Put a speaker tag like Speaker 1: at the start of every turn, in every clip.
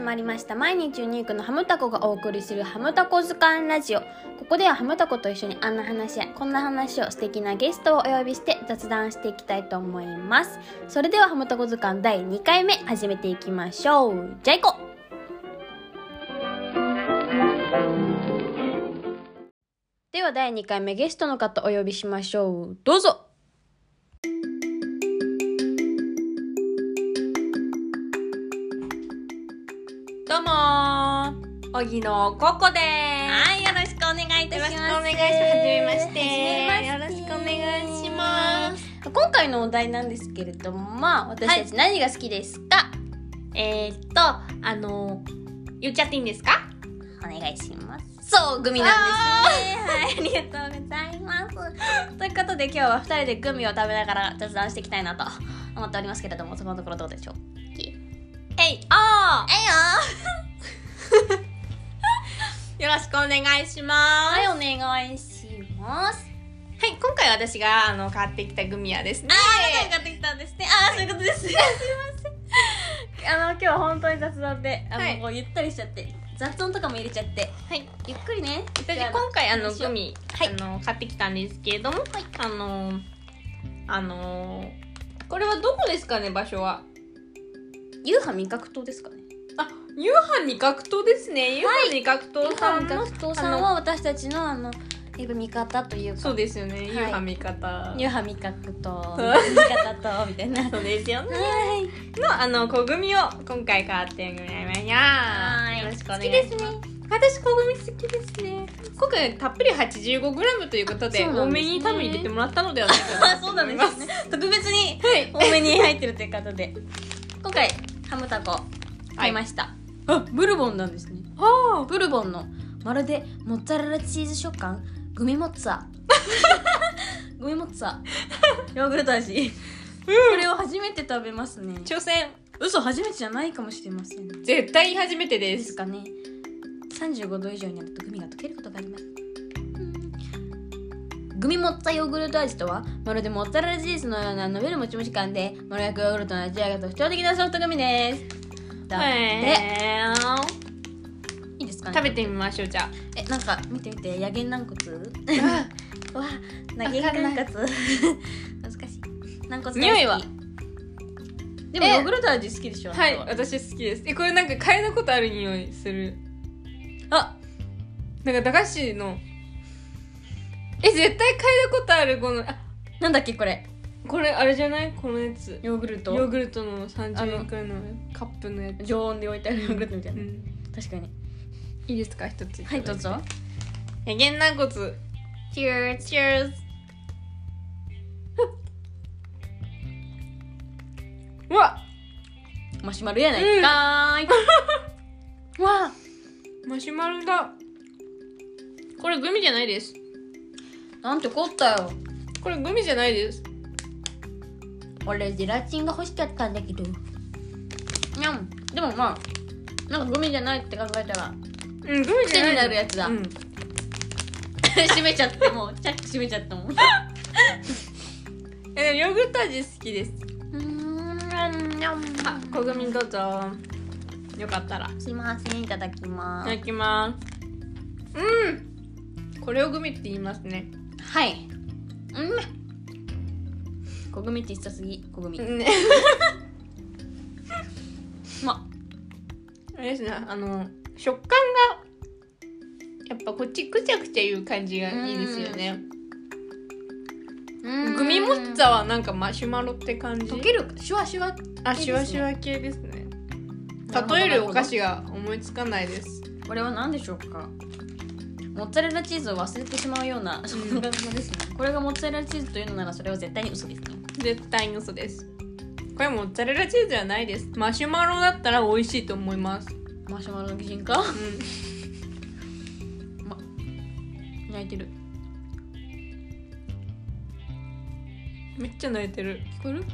Speaker 1: まりました毎日ユニークのハムタコがお送りするハムタコ図鑑ラジオここではハムタコと一緒にあんな話やこんな話を素敵なゲストをお呼びして雑談していきたいと思いますそれではハムタコ図鑑第2回目始めていきましょうじゃあ行こうでは第2回目ゲストの方お呼びしましょうどうぞ
Speaker 2: どうもー、おぎのここでー
Speaker 1: はい、よろしくお願いいたします。
Speaker 2: よろしくお願いしますはじめまして
Speaker 1: はじめまして。
Speaker 2: よろしくお願いします
Speaker 1: 今回のお題なんですけれども、まあ、私たち何が好きですか、
Speaker 2: す。えー、っと、あのー、言っちゃっていいんですか
Speaker 1: お願いします。そう、グミなんですね。はい、ありがとうございます。 ということで、今日は二人でグミを食べながら雑談していきたいなと思っておりますけれども、そのところどうでしょう
Speaker 2: えいお
Speaker 1: え
Speaker 2: ーよろしくお願いしま
Speaker 1: は
Speaker 2: す。
Speaker 1: い、
Speaker 2: はい、
Speaker 1: お願いします。
Speaker 2: 今回私があの買ってきたグミはですね。
Speaker 1: あなたが買ってきたんですね。あーそういうこと です。すいません。あの今日は本当に雑談で、あの、
Speaker 2: はい
Speaker 1: こうゆったりしちゃって、雑音とかも入れちゃって、
Speaker 2: はい。
Speaker 1: ゆっくりね。
Speaker 2: 私
Speaker 1: じゃあ
Speaker 2: 今回あの
Speaker 1: どうしよ
Speaker 2: グ
Speaker 1: う
Speaker 2: ミ、
Speaker 1: はい
Speaker 2: あの買ってきたんですけれども、あのー、あのー、これはどこですかね場所は。
Speaker 1: 夕飯味覚糖ですかね。
Speaker 2: あ、夕飯に格闘ですね。夕飯に格闘さん
Speaker 1: 味
Speaker 2: の、
Speaker 1: 覚糖さんは私たちのあのやっぱ味方という
Speaker 2: そ
Speaker 1: か
Speaker 2: う、ですよね。夕飯味方。
Speaker 1: 夕飯味覚糖、味方糖みたいな。 は
Speaker 2: そうですよね。
Speaker 1: い。
Speaker 2: のあの小組を今回買ってもらいました。よろしくお願いします。
Speaker 1: 好きですね。
Speaker 2: 私小組好きですね。今回たっぷり 85g ということで
Speaker 1: あそうな
Speaker 2: 多
Speaker 1: んですね
Speaker 2: めに多分入れてもらったのではないか
Speaker 1: あ
Speaker 2: なと
Speaker 1: そうな
Speaker 2: 思
Speaker 1: ん
Speaker 2: い
Speaker 1: で
Speaker 2: ます す。
Speaker 1: ね。特別に
Speaker 2: はい。
Speaker 1: 多めに入ってるということで、今回ハムタコ買いました。あブルボンなんですね。
Speaker 2: は
Speaker 1: ブルボンのまるでモッツァレラチーズ食感グミモッツ ァグミモッツァヨーグルト味これを初めて食べますね
Speaker 2: 挑戦
Speaker 1: 嘘初めてじゃないかもしれませんで
Speaker 2: 絶対初めてですす。
Speaker 1: かね35度以上になるとグミが溶けることがありますうんグミモッツァヨーグルト味とはまるでモッツァレラチーズのような伸びるもちもち感でまろやかヨーグルトの味わいが特徴的なソフトグミですだって
Speaker 2: へー
Speaker 1: いいですかね
Speaker 2: 食べてみましょうじゃ
Speaker 1: えなんか見てみて野源軟 骨
Speaker 2: あ。
Speaker 1: わなげ軟 骨難しい軟骨大好き
Speaker 2: 匂いは
Speaker 1: でも
Speaker 2: え
Speaker 1: ヨーグルト味好きでしょ
Speaker 2: はい
Speaker 1: あなた
Speaker 2: 私好きです。えこれなんか嗅いだことある匂いする。あなんか駄菓子のえ絶対嗅いだことあるこのあ
Speaker 1: なんだっけこれ
Speaker 2: これあれじゃないこのやつ
Speaker 1: ヨーグル
Speaker 2: ヨ
Speaker 1: ト
Speaker 2: ーグルトの
Speaker 1: あ
Speaker 2: 30
Speaker 1: の
Speaker 2: 円くらいのカップのやつ、
Speaker 1: 常温で置いてあるヨーグルトみた
Speaker 2: う
Speaker 1: いな、
Speaker 2: ん、
Speaker 1: 確かに
Speaker 2: いいですか一つ
Speaker 1: はいどうぞ
Speaker 2: やげん軟骨 Cheers Cheers うわ
Speaker 1: マシュマロやないかーい、 わあ
Speaker 2: マシュマロだこれグミじゃないです
Speaker 1: なんてこったよ
Speaker 2: これグミじゃないです
Speaker 1: 俺ゼラチンが欲しかったんだけどにゃんでもまあなんかグミじゃないって考えたら
Speaker 2: うんグミじゃない
Speaker 1: 癖になるやつだ
Speaker 2: うん
Speaker 1: 閉めちゃってもうチャック閉めちゃったもん
Speaker 2: えでもヨーグルト味好きですあ
Speaker 1: あ
Speaker 2: 小グミどうぞよかったら
Speaker 1: すいませんいただきます
Speaker 2: いただきますうんこれをグミって言いますね
Speaker 1: はいうん小組って言ってたすぎ小組、
Speaker 2: ね
Speaker 1: ま
Speaker 2: あれですねあの食感がやっぱこっちくちゃくちゃいう感じがいいですよね
Speaker 1: うん
Speaker 2: グミモッツァはなんかマシュマロって感じ
Speaker 1: 溶けるシュワシュワ
Speaker 2: あ
Speaker 1: いいです
Speaker 2: シュ
Speaker 1: ね
Speaker 2: ワシュワ系ですね例えるお菓子が思いつかないです
Speaker 1: これは何でしょうかモッツァレラチーズを忘れてしまうようなそんな感じですね これがモッツァレラチーズというのならそれは絶対に嘘ですね
Speaker 2: 絶対に嘘ですこれモッツァレラチーズじゃないですマシュマロだったら美味しいと思います
Speaker 1: マシュマロの擬人化
Speaker 2: う
Speaker 1: 泣いてる
Speaker 2: んめっちゃ泣いてる
Speaker 1: 聞こえる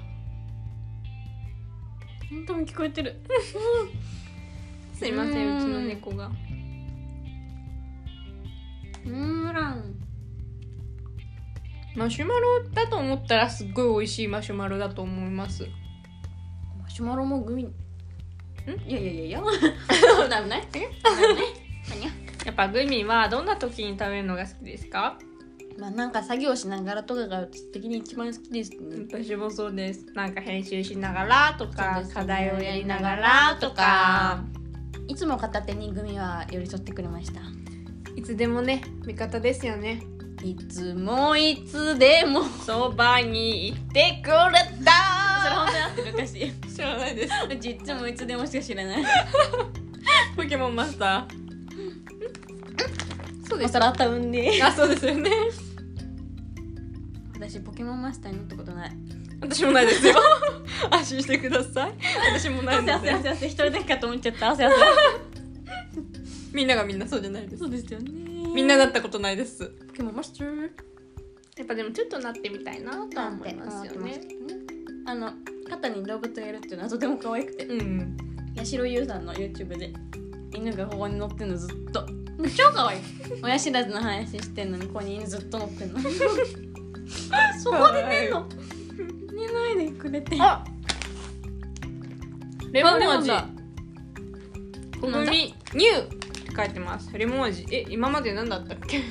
Speaker 1: 本当に聞こえて る
Speaker 2: すいませ
Speaker 1: うん
Speaker 2: んうちの猫が
Speaker 1: うんらん
Speaker 2: マシュマロだと思ったらすっごい美味しいマシュマロだと思います
Speaker 1: マシュマロもグミんいやいやいやいや危 ない危ない危ない何や
Speaker 2: やっぱグミはどんな時に食べるのが好きですか
Speaker 1: まあなんか作業しながらとかが的に一番好きですね
Speaker 2: 私もそうですなんか編集しながらと
Speaker 1: そう
Speaker 2: か、
Speaker 1: ですね
Speaker 2: 課題をやりながらとか
Speaker 1: いつも片手にグミは寄り添ってくれました
Speaker 2: いつでもね味方ですよね
Speaker 1: いつもいつでも
Speaker 2: そばにいてくれた
Speaker 1: 当に合ってる歌詞
Speaker 2: 知らないです
Speaker 1: ちっちもいつでもしか知らない
Speaker 2: ポケモンマスターそう
Speaker 1: お
Speaker 2: です
Speaker 1: 皿たうんで
Speaker 2: あそうですよね
Speaker 1: 私ポケモンマスターになったことない
Speaker 2: 私もないですよ安心してください私もないですよ
Speaker 1: 汗一人だけかと思っちゃった汗汗
Speaker 2: みんながみんなそうじゃないです
Speaker 1: そうですよね
Speaker 2: みんななったことないです
Speaker 1: ポケモンマスター
Speaker 2: やっぱでもちょっとなってみたいなとは思いますよね
Speaker 1: あの肩に動物がいるっていうのはとても可愛くて
Speaker 2: うん
Speaker 1: やしろゆうさんの YouTube で犬がここに乗ってんのずっと超可愛い親知らずの話してんのにここに犬ずっと乗ってんの そこで寝んの寝ないでくれて
Speaker 2: あレモン
Speaker 1: あレモン
Speaker 2: 味
Speaker 1: だ
Speaker 2: ここに「ニュー」って書いてますレモン味え今まで何だったっけ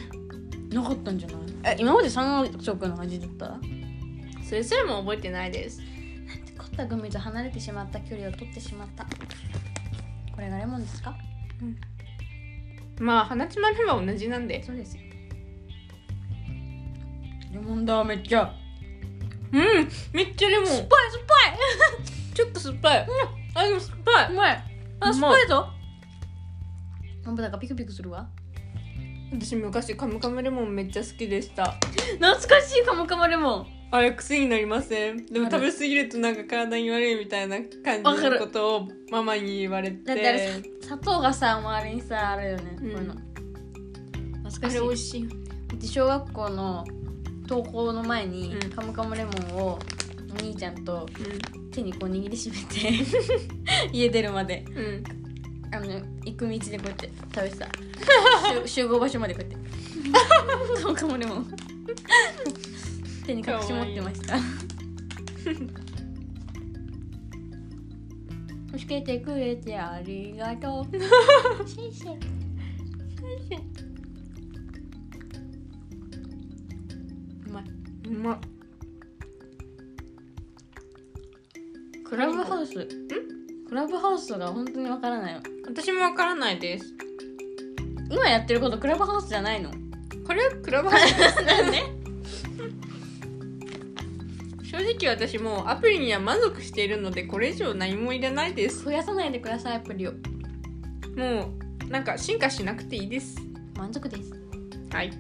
Speaker 1: なかったんじゃない今まで3色の味だった
Speaker 2: それすらも覚えてないです
Speaker 1: コッタグミと離れてしまった距離を取ってしまったこれがレモンですか
Speaker 2: まあ花ちまるは同じなんで
Speaker 1: そうですよレモンだめっちゃ
Speaker 2: うんめっちゃレモン酸っぱい酸っぱいちょっと酸っぱい、あでも酸っぱ
Speaker 1: う
Speaker 2: い
Speaker 1: まいあ
Speaker 2: うまい
Speaker 1: 酸っぱいぞなんかピクピクするわ
Speaker 2: 私昔カムカムレモンめっちゃ好きでした
Speaker 1: 懐かしいカムカムレモン
Speaker 2: あれ癖になりませんでも
Speaker 1: ある
Speaker 2: 食べ過ぎるとなんか体に悪いみたいな
Speaker 1: わ
Speaker 2: 感じ
Speaker 1: か
Speaker 2: の
Speaker 1: る
Speaker 2: ことをママに言われて
Speaker 1: だってあれ砂糖がさ周りにさあるよね、
Speaker 2: うん
Speaker 1: こういうの
Speaker 2: あ
Speaker 1: 懐か
Speaker 2: れ
Speaker 1: し
Speaker 2: 美
Speaker 1: い
Speaker 2: 味しいよね
Speaker 1: うち小学校の登校の前に、
Speaker 2: うん
Speaker 1: カムカムレモンをお兄ちゃんと手にこう握りしめて 家出るまで
Speaker 2: うん、うん、
Speaker 1: あの行く道でこうやって食べてた 集集合場所までこうやって カムカムレモン手に隠し持ってました助けてくれてありがとう先生先生うまいう
Speaker 2: まっ
Speaker 1: クラブハウスんクラブハウスが本当にわからない
Speaker 2: 私もわからないです
Speaker 1: 今やってることクラブハウスじゃないの
Speaker 2: これはクラブハウス ですね正直私もうアプリには満足しているのでこれ以上何もいらないです
Speaker 1: 増やさないでくださいアプリを
Speaker 2: もうなんか進化しなくていいです
Speaker 1: 満足です
Speaker 2: はい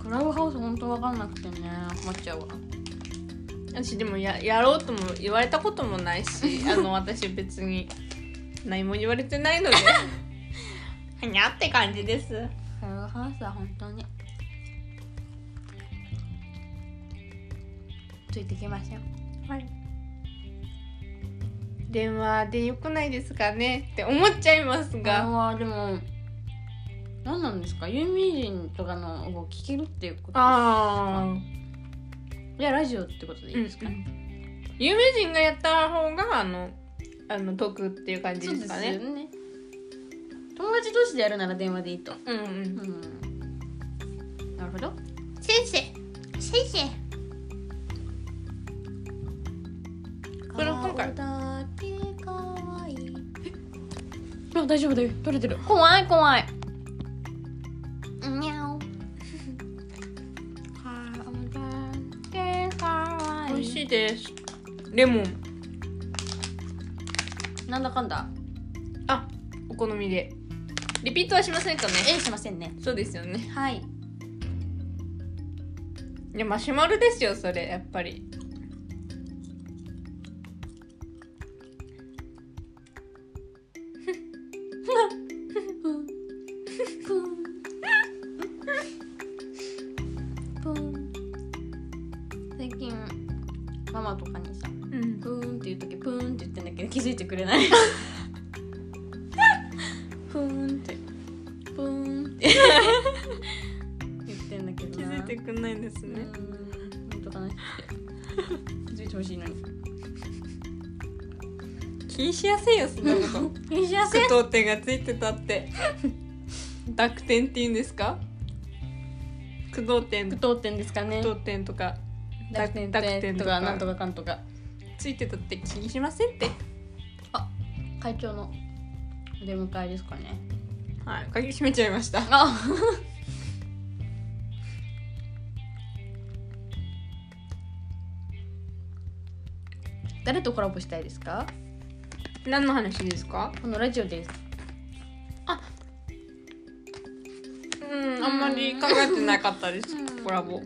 Speaker 1: クラブハウス本当わかんなくてね困っちゃうわ
Speaker 2: 私でもややろうとも言われたこともない しあの私別に何も言われてないのでは にゃって感じです
Speaker 1: クラブハウスは本当についてきません
Speaker 2: はい電話でよくないですかねって思っちゃいます
Speaker 1: が
Speaker 2: が
Speaker 1: はでも何なんですか有名人とかのを聞けるっていうこと
Speaker 2: ああ
Speaker 1: いやラジオってことでいいですか、
Speaker 2: うんうん有名人がやった方があのあの得っていう感じ
Speaker 1: そう
Speaker 2: で
Speaker 1: ですす
Speaker 2: か
Speaker 1: よ
Speaker 2: ね
Speaker 1: ね友達同士でやるなら電話でいいと
Speaker 2: うんうん
Speaker 1: うんなるほど
Speaker 2: 先生先生これ今回
Speaker 1: だけ可愛いあ大丈夫だよ取れてる怖い怖いにゃお
Speaker 2: 美味し
Speaker 1: い
Speaker 2: いですレモン
Speaker 1: なんだかんだ
Speaker 2: あお好みでリピートはしませんかね
Speaker 1: えしませんね
Speaker 2: そうですよね
Speaker 1: はい
Speaker 2: いやマシュマロですよそれやっぱり
Speaker 1: プンプン 最近ママとかにさ
Speaker 2: うん
Speaker 1: プーンって言う時プーンって言ってんだけど気づいてくれ ないプーンってプー ンって言ってんだけど
Speaker 2: 気
Speaker 1: な
Speaker 2: づいてくんないんです
Speaker 1: う
Speaker 2: ね
Speaker 1: ーん 本当かなって気づいてほしいのに
Speaker 2: 気気にしやすいよそんなこと
Speaker 1: 気にし やす い
Speaker 2: 句読点がついてたって 濁点って言うんですか句読点
Speaker 1: 句
Speaker 2: 句
Speaker 1: 読点ですかね
Speaker 2: 読点とか
Speaker 1: 濁点
Speaker 2: 濁点
Speaker 1: と
Speaker 2: と
Speaker 1: か
Speaker 2: か
Speaker 1: なんとかかんとか
Speaker 2: ついてたって気にしませんって
Speaker 1: 会長のお出迎えですかね
Speaker 2: はい鍵閉めちゃいました
Speaker 1: あ 誰とコラボしたいですか
Speaker 2: 何の話ですか
Speaker 1: このラジオです
Speaker 2: うんあんまり考えてなかったです
Speaker 1: うん
Speaker 2: コラボあで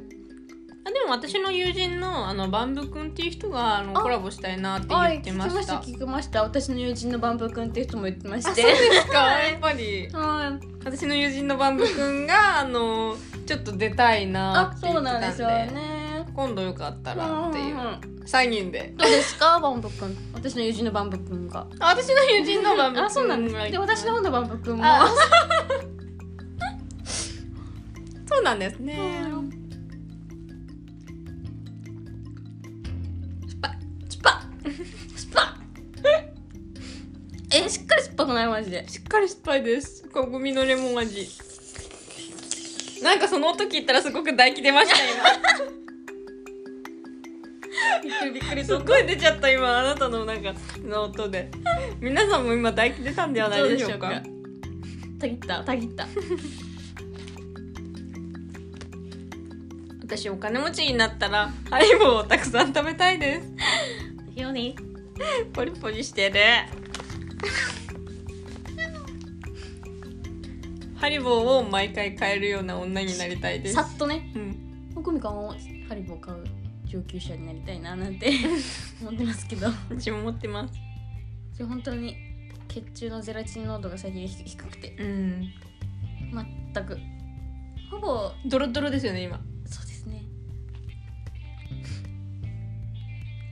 Speaker 2: も私の友人のあのバンブ君っていう人があの
Speaker 1: あ
Speaker 2: コラボしたいなって
Speaker 1: は
Speaker 2: 言
Speaker 1: い
Speaker 2: って
Speaker 1: 聞き
Speaker 2: ま
Speaker 1: ま
Speaker 2: し
Speaker 1: した
Speaker 2: た
Speaker 1: 聞きました私の友人のバンブー君っていう人も言ってまし
Speaker 2: あそう
Speaker 1: て
Speaker 2: ですか やっぱり
Speaker 1: はい
Speaker 2: 私の友人のバンブ君があのちょっと出たいな
Speaker 1: あ
Speaker 2: って言っ
Speaker 1: そう
Speaker 2: て
Speaker 1: なん
Speaker 2: た
Speaker 1: で
Speaker 2: ん
Speaker 1: す
Speaker 2: で
Speaker 1: よね
Speaker 2: 今度よかったらっていう
Speaker 1: うんうんうん
Speaker 2: 3人で
Speaker 1: どうですかバンブ君私の友人のバンブ君が
Speaker 2: あ私の友人のバンブ君
Speaker 1: あそうなんです
Speaker 2: が
Speaker 1: で私の方のバンブ君も
Speaker 2: あそうなんですね
Speaker 1: うん
Speaker 2: スパスパ
Speaker 1: 酸っぱえしっかり酸っぱくないマジで
Speaker 2: しっかり酸っぱいですこごみのレモン味なんかその音聞いたらすごく唾液出ました今
Speaker 1: びっくりびっくり
Speaker 2: すっごい出ちゃった今あなたのなんかの音で皆さんも今唾液出たんではないでしょうか
Speaker 1: どうでたぎったたぎった
Speaker 2: 私お金持ちになったらハリボーをたくさん食べたいです
Speaker 1: よね
Speaker 2: ポリポリしてるハリボーを毎回買えるような女になりたいです
Speaker 1: さ、っとね
Speaker 2: うん、
Speaker 1: 奥美感をハリボー買う上級者になりたいななん て思ってますけど
Speaker 2: 私も持ってます
Speaker 1: じゃ本当に血中のゼラチン濃度が最近低低くて
Speaker 2: うん
Speaker 1: 全くほぼ
Speaker 2: ドロドロですよね今
Speaker 1: そうですね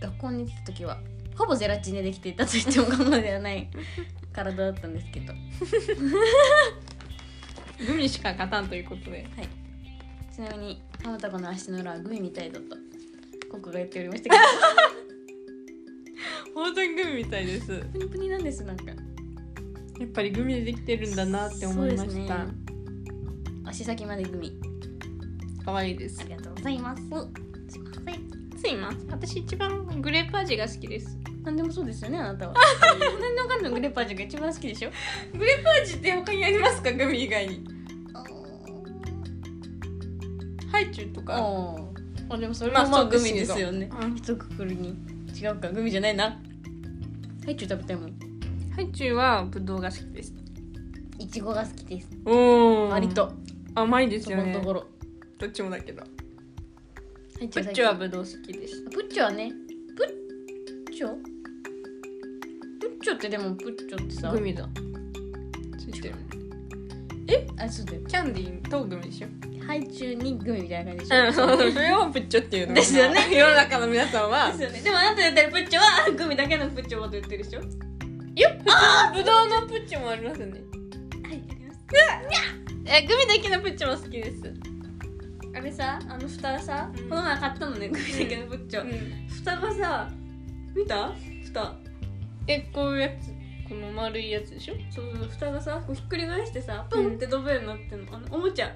Speaker 1: 学校に行ってた時はほぼゼラチンでできていたと言っても過言では ない体だったんですけど
Speaker 2: グミしか勝たんということで
Speaker 1: ちなみにハムタコの足の裏はグミみたいだとココが言っておりましたけど
Speaker 2: 本当にグミみたいです
Speaker 1: プニプニなんですなんか
Speaker 2: やっぱりグミでできてるんだなって思い
Speaker 1: そ
Speaker 2: ま
Speaker 1: うで
Speaker 2: し
Speaker 1: す
Speaker 2: た、
Speaker 1: ね足先までグミ
Speaker 2: 可愛いです
Speaker 1: ありがとうございますすいません
Speaker 2: すいません私一番グレープ味が好きです
Speaker 1: 何でもそうですよねあな たは何でもかんでもグレープ味が一番好きでしょ
Speaker 2: グレープ味って他にありますかグミ以外にハイチュウとか
Speaker 1: ああでもそれ
Speaker 2: まあ
Speaker 1: もまあ
Speaker 2: そうで
Speaker 1: グ
Speaker 2: す
Speaker 1: ミ
Speaker 2: け
Speaker 1: で
Speaker 2: ど
Speaker 1: すよね、
Speaker 2: うん
Speaker 1: 一括りに違うかグミじゃないなはいチュー食べたいもん
Speaker 2: ハイチュウはブドウが好きです
Speaker 1: いちごが好きです
Speaker 2: おお
Speaker 1: 割と
Speaker 2: 甘いです
Speaker 1: そ
Speaker 2: よ
Speaker 1: この
Speaker 2: ね
Speaker 1: ところ
Speaker 2: どっちもだけど
Speaker 1: はい
Speaker 2: プッチョはブドウ好きです
Speaker 1: プッチョはねプッチョプッチョってでもプッチョってさ
Speaker 2: グミだついてる
Speaker 1: あそうだよ
Speaker 2: キャンディーとグミでしょ
Speaker 1: ハイチュウにグミみたいな感じでし
Speaker 2: うん、
Speaker 1: ょ、
Speaker 2: それをプッチョっていうの
Speaker 1: ですよ
Speaker 2: ね世の中の皆さんは
Speaker 1: ですよねでもあなた言ったらプッチョはグミだけのプッチョもと言ってるでしょはい
Speaker 2: ブドウのプッチョもありますよね
Speaker 1: あります
Speaker 2: えグミだけのプッチョも好きです、
Speaker 1: あれさあの蓋さ、
Speaker 2: うん
Speaker 1: この前買ったのねグミだけのプッチョ、
Speaker 2: ん、
Speaker 1: 蓋がさ見た蓋
Speaker 2: えこういうやつこの丸いやつでしょ
Speaker 1: そうそう蓋がさこうひっくり返してさポンって飛ぶようになってんの,、あのおもちゃ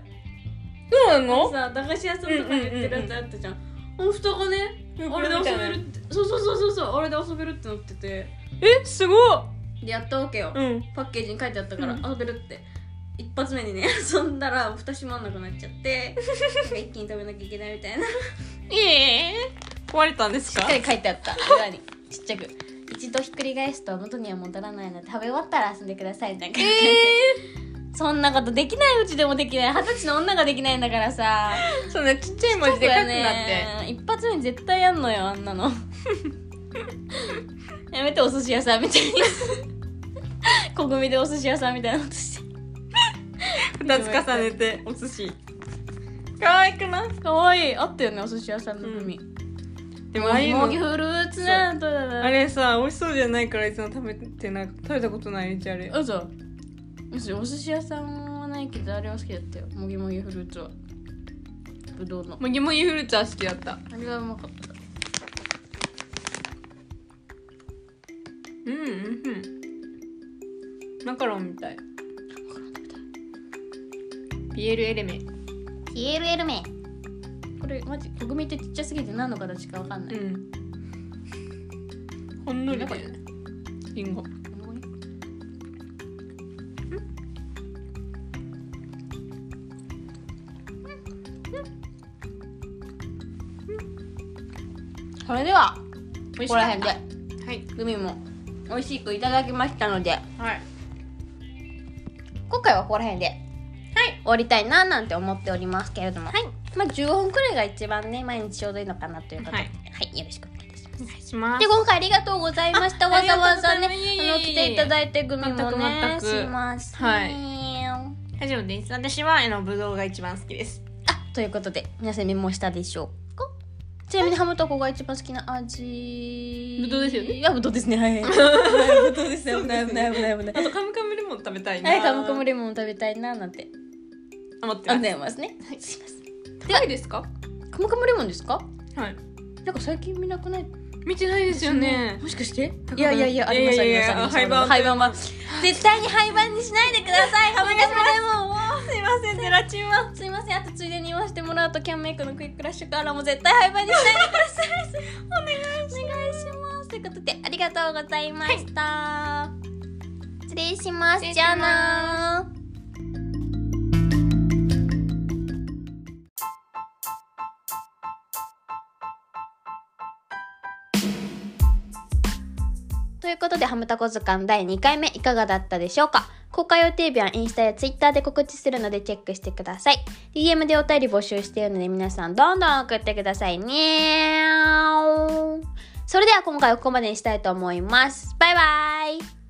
Speaker 2: そうなの
Speaker 1: さ駄菓子屋さんとかに売ってるやつあったじゃん,、あの蓋がねあれで遊べるってそうそうそうそうそうあれで遊べるってなってて
Speaker 2: えすごっ
Speaker 1: でやったわけよ、
Speaker 2: うん
Speaker 1: パッケージに書いてあったから
Speaker 2: うん
Speaker 1: 遊べるって、一発目にね 遊んだら蓋閉まんなくなっちゃってなんか一気に食べなきゃいけないみた いなし
Speaker 2: ええ壊れたんですか
Speaker 1: 書いてあった裏にちっちゃく一度ひっくり返すと元には戻らないので食べ終わったら遊んでくださいなんか、 そんなことできないうちでもできない二十歳の女ができないんだからさ
Speaker 2: ー、そんなちっちゃい文字で書くなって、
Speaker 1: ね一発目に絶対やんのよあんなの やめてお寿司屋さんみたいに 国民でお寿司屋さんみたいなことして
Speaker 2: 二つ重ねてお寿司可愛くない
Speaker 1: かわいいあったよねお寿司屋さんの海、
Speaker 2: で
Speaker 1: も
Speaker 2: もああいう
Speaker 1: ぎ
Speaker 2: の
Speaker 1: フルーツなんとだだ
Speaker 2: あれさ美味しそうじゃないからいつも食べてな食べたことないうちあれ
Speaker 1: うそお寿司屋さんはないけどあれは好きだったよもぎもぎフルーツはぶどうの
Speaker 2: もぎもぎフルーツは好きだった
Speaker 1: あれはうまかった
Speaker 2: うんうんマカロンみたいピエールエレメ
Speaker 1: ピエールエルメこれマジ国民ってちっちゃすぎて何の形かわかんな
Speaker 2: う
Speaker 1: い、
Speaker 2: んほんのりだよねリンゴ
Speaker 1: それでは
Speaker 2: 美味
Speaker 1: ここら辺で
Speaker 2: はい
Speaker 1: グミも美味しくいただきましたので
Speaker 2: はい
Speaker 1: 今回はここら辺で終わりたいななんて思っておりますけれども、はいまあ、15分くらいが一番ね毎日ちょうどいいのかなということで、は
Speaker 2: はいい
Speaker 1: よろしくお願いします。
Speaker 2: お願いします
Speaker 1: で今回ありがとうございました
Speaker 2: あ
Speaker 1: わざわざね
Speaker 2: ありがとうございますいえいえいえ
Speaker 1: あの来ていただいてグミもね
Speaker 2: 全く全く
Speaker 1: します
Speaker 2: はい
Speaker 1: あ
Speaker 2: 大丈夫です私はあのブドウが一番好きです
Speaker 1: ということで皆さんメモしたでしょうかちなみにハムタコが一番好きな味
Speaker 2: ぶどうですよね
Speaker 1: いやぶどうですねはいぶどうですね危ない危ない危ない危な
Speaker 2: あ
Speaker 1: い
Speaker 2: とカムカムレモン食べたいな
Speaker 1: はいカムカム
Speaker 2: レ
Speaker 1: レモン食べたいななんて
Speaker 2: モン思って
Speaker 1: 思
Speaker 2: ま
Speaker 1: っ
Speaker 2: す
Speaker 1: てますねはいすいませ
Speaker 2: 高いですか
Speaker 1: んカムカムレモンですか
Speaker 2: はい
Speaker 1: なんか最近見なくない
Speaker 2: 見てないですよね
Speaker 1: もしかして
Speaker 2: 高く
Speaker 1: いやいやいやありますあ
Speaker 2: いやい
Speaker 1: り
Speaker 2: や
Speaker 1: ま
Speaker 2: い
Speaker 1: す
Speaker 2: や
Speaker 1: あります
Speaker 2: 廃盤
Speaker 1: 廃盤は絶対に廃盤にしないでくだ さいハムカムレモンを
Speaker 2: すいませんゼラチンは
Speaker 1: すいませんあとついでに言わせてもらうとキャンメイクのクイックラッシュカーラーも絶対廃盤にしないでくださいお願いしますということでありがとうございました、失礼します
Speaker 2: 失礼します
Speaker 1: じゃあなーということで、ハムタコ図鑑第2回目いかがだったでしょうか公開予定日はインスタやツイッターで告知するのでチェックしてください。DM でお便り募集しているので皆さんどんどん送ってくださいね。それでは今回はここまでにしたいと思います。バイバイ